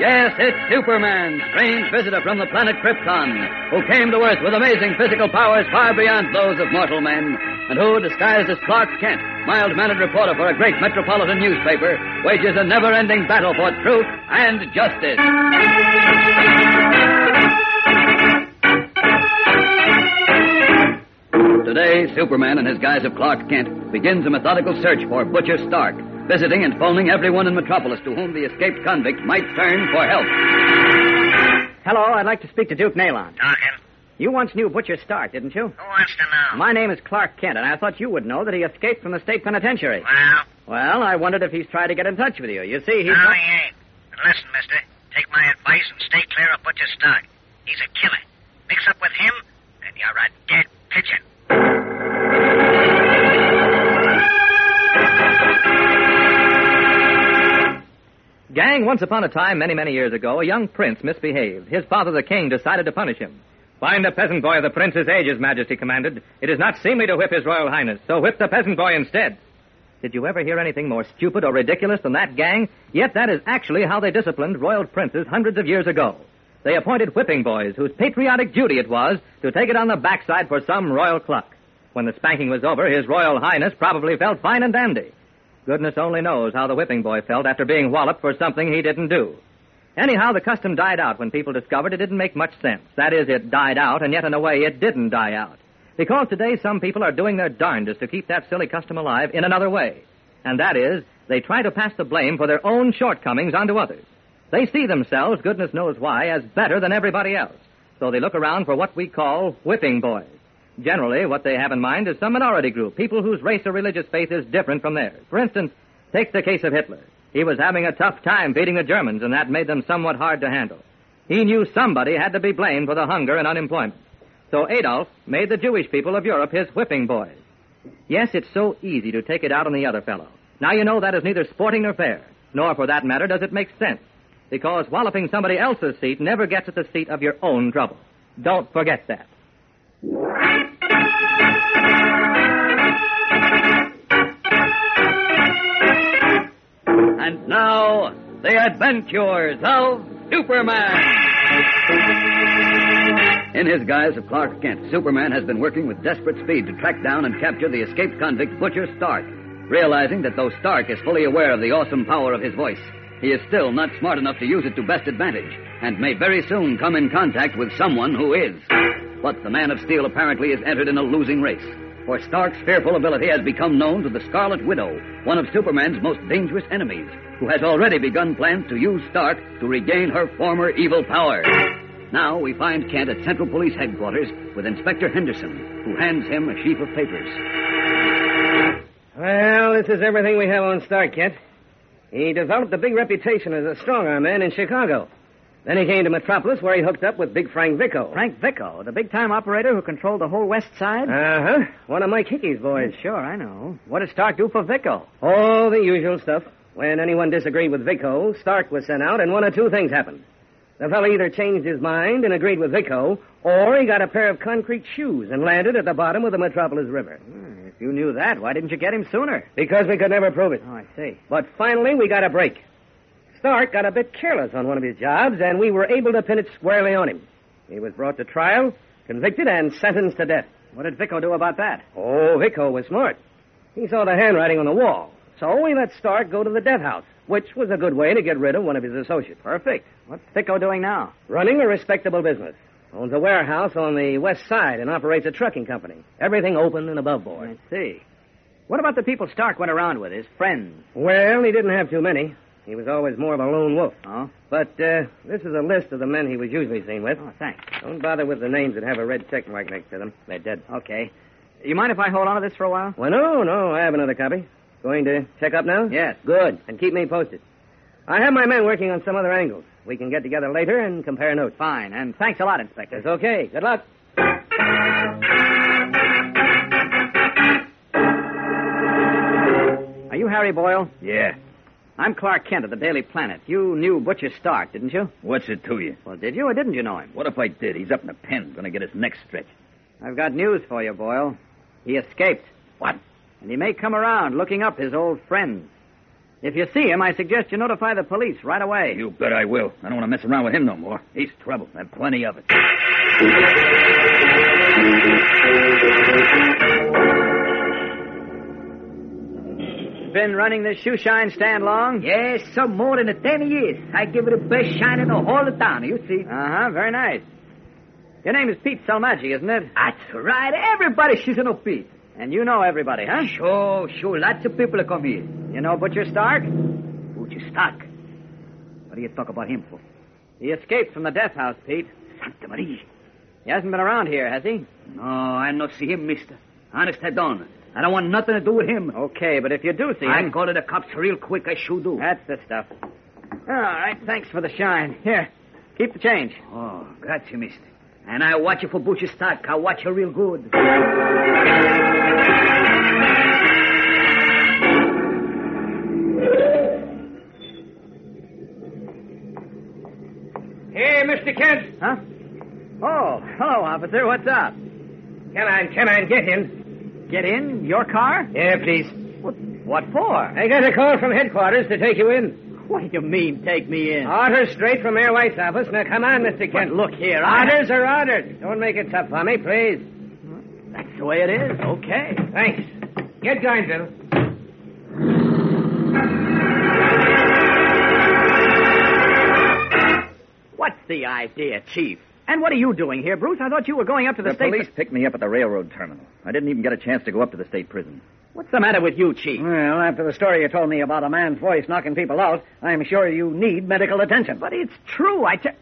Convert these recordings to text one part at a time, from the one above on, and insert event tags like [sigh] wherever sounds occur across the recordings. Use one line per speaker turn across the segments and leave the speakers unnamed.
Yes, it's Superman, strange visitor from the planet Krypton, who came to Earth with amazing physical powers far beyond those of mortal men, and who, disguised as Clark Kent, mild mannered reporter for a great metropolitan newspaper, wages a never ending battle for truth and justice. Today, Superman, in his guise of Clark Kent, begins a methodical search for Butcher Stark, visiting and phoning everyone in Metropolis to whom the escaped convict might turn for help.
Hello, I'd like to speak to Duke Nalon.
Talking.
You once knew Butcher Stark, didn't you?
Who wants to know?
My name is Clark Kent, and I thought you would know that he escaped from the state penitentiary.
Well,
Well, I wondered if he's tried to get in touch with you. You see,
no,
he's not...
he ain't. And listen, mister, take my advice and stay clear of Butcher Stark. He's a killer. Mix up with him, and you're a dead pigeon.
Gang, once upon a time, many, many years ago, a young prince misbehaved. His father, the king, decided to punish him. Bind the peasant boy of the prince's age, his majesty commanded. It is not seemly to whip his royal highness, so whip the peasant boy instead. Did you ever hear anything more stupid or ridiculous than that, gang? Yet that is actually how they disciplined royal princes hundreds of years ago. They appointed whipping boys whose patriotic duty it was to take it on the backside for some royal cluck. When the spanking was over, his royal highness probably felt fine and dandy. Goodness only knows how the whipping boy felt after being walloped for something he didn't do. Anyhow, the custom died out when people discovered it didn't make much sense. That is, it died out, and yet in a way it didn't die out. Because today some people are doing their darndest to keep that silly custom alive in another way. And that is, they try to pass the blame for their own shortcomings onto others. They see themselves, goodness knows why, as better than everybody else. So they look around for what we call whipping boys. Generally, what they have in mind is some minority group, people whose race or religious faith is different from theirs. For instance, take the case of Hitler. He was having a tough time beating the Germans, and that made them somewhat hard to handle. He knew somebody had to be blamed for the hunger and unemployment. So Adolf made the Jewish people of Europe his whipping boys. Yes, it's so easy to take it out on the other fellow. Now you know that is neither sporting nor fair, nor for that matter does it make sense, because walloping somebody else's seat never gets at the seat of your own trouble. Don't forget that.
And now, the adventures of Superman. In his guise of Clark Kent, Superman has been working with desperate speed to track down and capture the escaped convict Butcher Stark, realizing that though Stark is fully aware of the awesome power of his voice, he is still not smart enough to use it to best advantage, and may very soon come in contact with someone who is. But the Man of Steel apparently is entered in a losing race, for Stark's fearful ability has become known to the Scarlet Widow, one of Superman's most dangerous enemies, who has already begun plans to use Stark to regain her former evil power. Now we find Kent at Central Police Headquarters with Inspector Henderson, who hands him a sheaf of papers.
Well, this is everything we have on Stark, Kent. He developed a big reputation as a strong arm man in Chicago. Then he came to Metropolis, where he hooked up with Big Frank Vico.
Frank Vico, the big time operator who controlled the whole West Side?
Uh huh. One of Mike Hickey's boys.
sure, I know. What did Stark do for Vico?
All the usual stuff. When anyone disagreed with Vico, Stark was sent out, and one or two things happened. The fellow either changed his mind and agreed with Vico, or he got a pair of concrete shoes and landed at the bottom of the Metropolis River.
Hmm, If you knew that, why didn't you get him sooner?
Because we could never prove it.
Oh, I see.
But finally, we got a break. Stark got a bit careless on one of his jobs, and we were able to pin it squarely on him. He was brought to trial, convicted, and sentenced to death.
What did Vico do about that?
Oh, Vico was smart. He saw the handwriting on the wall, so we let Stark go to the death house, which was a good way to get rid of one of his associates. Perfect.
What's Vico doing now?
Running a respectable business. Owns a warehouse on the west side and operates a trucking company. Everything open and above board.
I see. What about the people Stark went around with, his friends?
Well, he didn't have too many. He was always more of a lone wolf.
Oh?
But uh, this is a list of the men he was usually seen with.
Oh, thanks.
Don't bother with the names that have a red check mark next to them. They're dead.
Okay. You mind if I hold on to this for a while?
Well, no, no. I have another copy. Going to check up now?
Yes.
Good. And keep me posted. I have my men working on some other angles.
We can get together later and compare notes. Fine, and thanks a lot, Inspector. It's okay. Good luck. Are you Harry Boyle?
Yeah.
I'm Clark Kent of the Daily Planet. You knew Butcher Stark, didn't you?
What's it to you?
Well, did you or didn't you know him?
What if I did? He's up in the pen, gonna get his neck stretched.
I've got news for you, Boyle. He escaped,
What?
and he may come around looking up his old friends. If you see him, I suggest you notify the police right away.
You bet I will. I don't want to mess around with him no more. He's trouble, and plenty of it.
Been running this shoe shine stand long?
Yes, some more than a ten years. I give it the best shine in the whole of town, you see.
Uh huh, very nice. Your name is Pete Salmaggi, isn't it?
That's right. Everybody she's an OP.
And you know everybody, huh?
Sure, sure. Lots of people come here.
You know Butcher Stark?
Who'd you stock? What do you talk about him for?
He escaped from the death house, Pete.
Santa Maria.
He hasn't been around here, has he?
No, I not see him, mister. Honest, I don't. I don't want nothing to do with him.
Okay, but if you do see
I
him.
call to the cops real quick. I sure do.
That's the stuff. All right, thanks for the shine. Here, keep the change.
Oh, grazie, mister. And I watch you for Butcher Stark. I watch you real good.
Hey, Mr. Kent.
Huh? Oh, hello, officer. What's up?
Can I, can I get in?
Get in your car?
Yeah, please.
What, what for?
I got a call from headquarters to take you in.
What do you mean, take me in?
Orders straight from Mayor White's office. Now, come on, Mr. Kent.
look here, I-
Orders are orders. Don't make it tough for me, please.
That's the way it is. Okay.
Thanks. Get going, Bill.
What's the idea, Chief? And what are you doing here, Bruce? I thought you were going up to the,
The
state.
police picked me up at the railroad terminal. I didn't even get a chance to go up to the state prison.
What's the matter with you,
Mm,
Chief?
Well, after the story you told me about a man's voice knocking people out, I'm sure you need medical attention.
But it's true. I tell.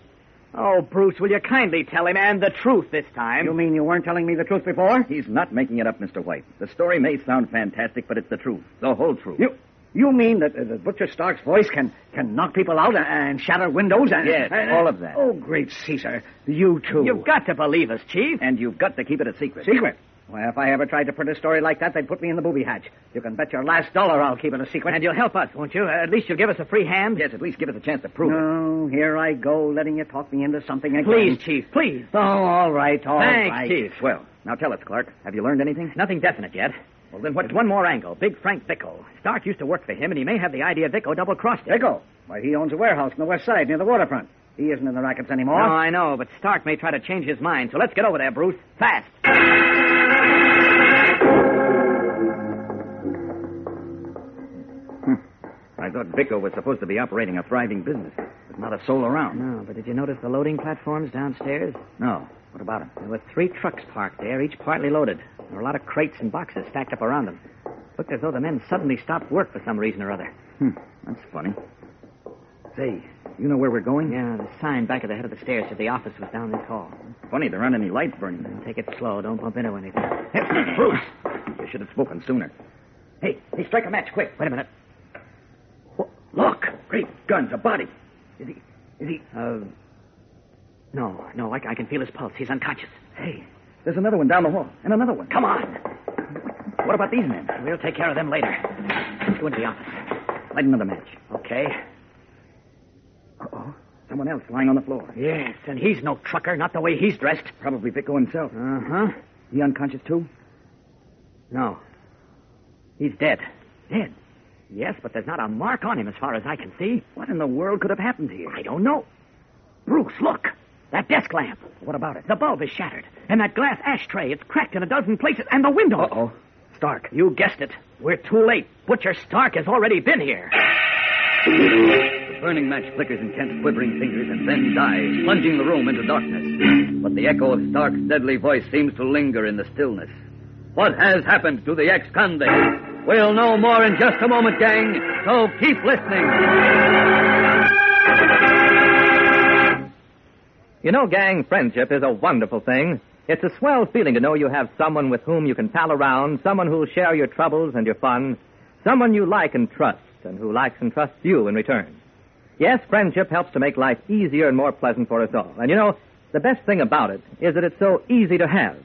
Oh, Bruce, will you kindly tell him and the truth this time?
You mean you weren't telling me the truth before?
He's not making it up, Mr. White. The story may sound fantastic, but it's the truth. The whole
[laughs]
truth.
You you mean that, uh, that Butcher Stark's voice can, can knock people out and, and shatter windows and
Yes,
and-
all of that.
Oh, great Caesar! You too.
You've got to believe us, Chief.
And you've got to keep it a secret.
secret. Why, if I ever tried to print a story like that, they'd put me in the booby hatch. You can bet your last dollar I'll keep it a secret.
And you'll help us, won't you? At least you'll give us a free hand.
Yes, at least give us a chance to prove it.
No, here I go, letting you talk me into something again.
Please, Chief, please.
Oh, all right, all right.
Thanks, Chief.
Well, now tell us, Clark. Have you learned anything?
Nothing definite yet. Well, then what's one more angle? Big Frank Vicko. Stark used to work for him, and he may have the idea Vicko double crossed him.
Echo. Why, he owns a warehouse on the west side near the waterfront. He isn't in the rackets anymore.
No, I know, but Stark may try to change his mind, so let's get over there, Bruce. Fast.
I thought Vico was supposed to be operating a thriving business, but not a soul around.
No, but did you notice the loading platforms downstairs?
No. What about him?
There were three trucks parked there, each partly loaded. There were a lot of crates and boxes stacked up around them. Looked as though the men suddenly stopped work for some reason or other.
Hmm, that's funny. Say, you know where we're going?
Yeah, the sign back at the head of the stairs said the office was down this hall.
Funny, there aren't any lights burning.
[laughs] Take it slow. Don't bump into anything.
Hey, Bruce! You should have spoken sooner. Hey, hey, strike a match, quick.
Wait a minute.
Wha- Look! Great guns, a body. Is he. Is he.
Uh, no, no, I, I can feel his pulse. He's unconscious.
Hey, there's another one down the hall, and another one.
Come on.
What about these men?
We'll take care of them later. Let's go into the office.
Light another match.
Okay.
Uh oh. Someone else lying on the floor.
Yes, and he's no trucker, not the way he's dressed.
Probably Vico himself.
Uh huh.
He unconscious, too?
No. He's dead.
Dead.
Yes, but there's not a mark on him as far as I can see.
What in the world could have happened here?
I don't know. Bruce, look. That desk lamp.
What about it?
The bulb is shattered. And that glass ashtray, it's cracked in a dozen places. And the window.
oh. Stark.
You guessed it. We're too late. Butcher Stark has already been here.
The burning match flickers in Kent's quivering fingers and then dies, plunging the room into darkness. But the echo of Stark's deadly voice seems to linger in the stillness. What has happened to the ex-convict? We'll know more in just a moment, gang, so keep listening.
You know, gang, friendship is a wonderful thing. It's a swell feeling to know you have someone with whom you can pal around, someone who'll share your troubles and your fun, someone you like and trust, and who likes and trusts you in return.
Yes, friendship helps to make life easier and more pleasant for us all. And you know, the best thing about it is that it's so easy to have.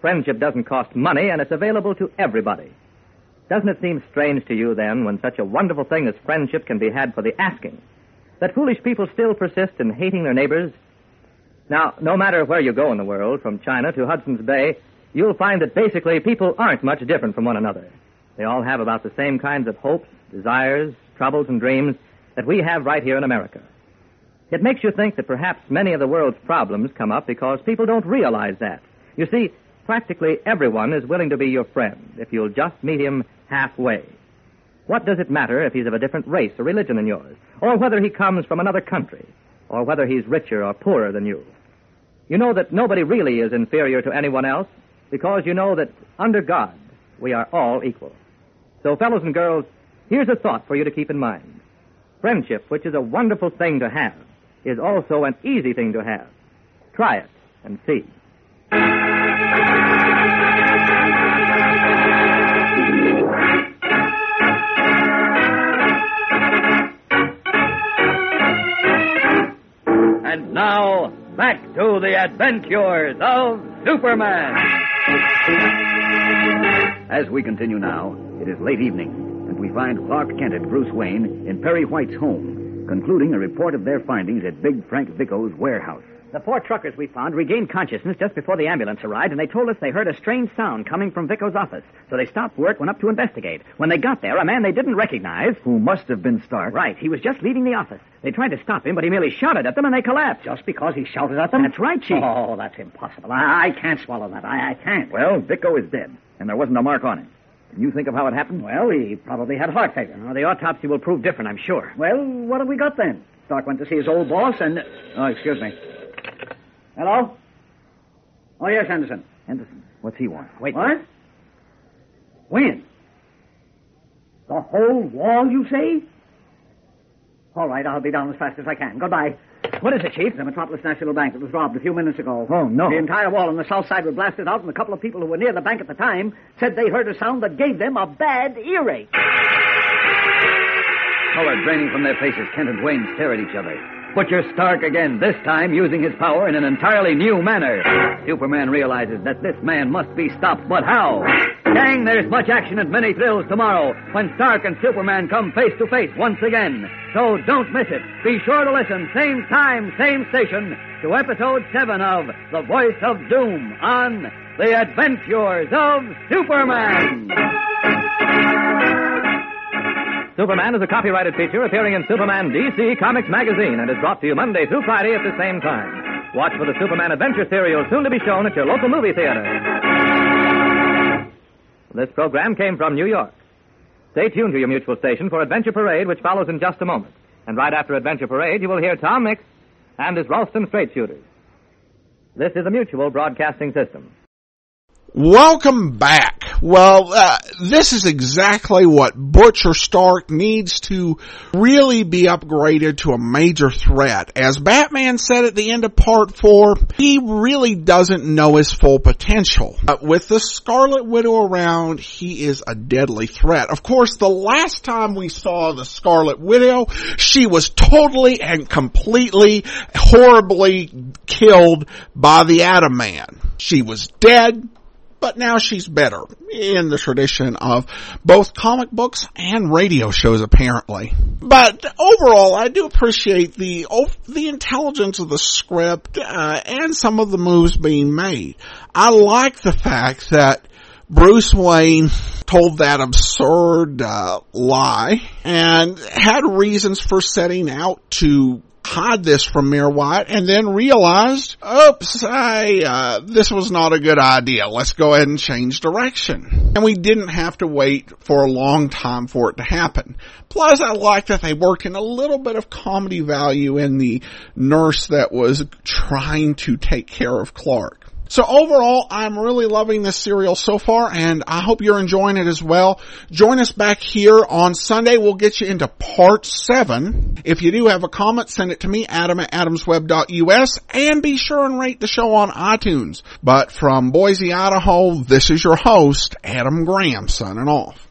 Friendship doesn't cost money, and it's available to everybody. Doesn't it seem strange to you, then, when such a wonderful thing as friendship can be had for the asking, that foolish people still persist in hating their neighbors? Now, no matter where you go in the world, from China to Hudson's Bay, you'll find that basically people aren't much different from one another. They all have about the same kinds of hopes, desires, troubles, and dreams that we have right here in America. It makes you think that perhaps many of the world's problems come up because people don't realize that. You see, practically everyone is willing to be your friend if you'll just meet him halfway. What does it matter if he's of a different race or religion than yours, or whether he comes from another country, or whether he's richer or poorer than you? You know that nobody really is inferior to anyone else because you know that under God we are all equal. So, fellows and girls, here's a thought for you to keep in mind. Friendship, which is a wonderful thing to have, is also an easy thing to have. Try it and see.
And now, back to the adventures of Superman. As we continue now, it is late evening, and we find Clark Kent and Bruce Wayne in Perry White's home, concluding a report of their findings at Big Frank Vicko's warehouse.
The four truckers we found regained consciousness just before the ambulance arrived, and they told us they heard a strange sound coming from Vicko's office. So they stopped work, went up to investigate. When they got there, a man they didn't recognize.
Who must have been Stark.
Right, he was just leaving the office. They tried to stop him, but he merely shouted at them, and they collapsed.
Just because he shouted at them?
That's right, Chief.
Oh, that's impossible. I, I can't swallow that. I, I can't.
Well, Vicko is dead, and there wasn't a mark on him. Can you think of how it happened?
Well, he probably had heart failure.
Now, the autopsy will prove different, I'm sure.
Well, what have we got then? Stark went to see his old boss and. Oh, excuse me. Hello? Oh, yes, Anderson.
Henderson, what's he want?
Wait.
What? When? The whole wall, you say? All right, I'll be down as fast as I can. Goodbye.
What is it, Chief?
The Metropolis National Bank that was robbed a few minutes ago.
Oh, no.
The entire wall on the south side was blasted out, and a couple of people who were near the bank at the time said they heard a sound that gave them a bad earache.
Color draining from their faces, Kent and Wayne stare at each other. Butcher Stark again, this time using his power in an entirely new manner. Superman realizes that this man must be stopped, but how? Gang, there's much action and many thrills tomorrow when Stark and Superman come face to face once again. So don't miss it. Be sure to listen, same time, same station, to episode 7 of The Voice of Doom on The Adventures of Superman.
Superman is a copyrighted feature appearing in Superman DC Comics Magazine and is brought to you Monday through Friday at the same time. Watch for the Superman Adventure serial soon to be shown at your local movie theater. This program came from New York. Stay tuned to your mutual station for Adventure Parade, which follows in just a moment. And right after Adventure Parade, you will hear Tom Mix and his Ralston Straight Shooters. This is a mutual broadcasting system.
Welcome back. Well, uh, this is exactly what Butcher Stark needs to really be upgraded to a major threat. As Batman said at the end of part four, he really doesn't know his full potential. Uh, with the Scarlet Widow around, he is a deadly threat. Of course, the last time we saw the Scarlet Widow, she was totally and completely horribly killed by the Atom Man. She was dead but now she's better in the tradition of both comic books and radio shows apparently. But overall, I do appreciate the the intelligence of the script uh, and some of the moves being made. I like the fact that Bruce Wayne told that absurd uh, lie and had reasons for setting out to hide this from Mayor White and then realized, oops, I, uh, this was not a good idea. Let's go ahead and change direction. And we didn't have to wait for a long time for it to happen. Plus, I like that they worked in a little bit of comedy value in the nurse that was trying to take care of Clark. So overall, I'm really loving this serial so far, and I hope you're enjoying it as well. Join us back here on Sunday. We'll get you into part seven. If you do have a comment, send it to me, adam at adamsweb.us, and be sure and rate the show on iTunes. But from Boise, Idaho, this is your host, Adam Graham, signing off.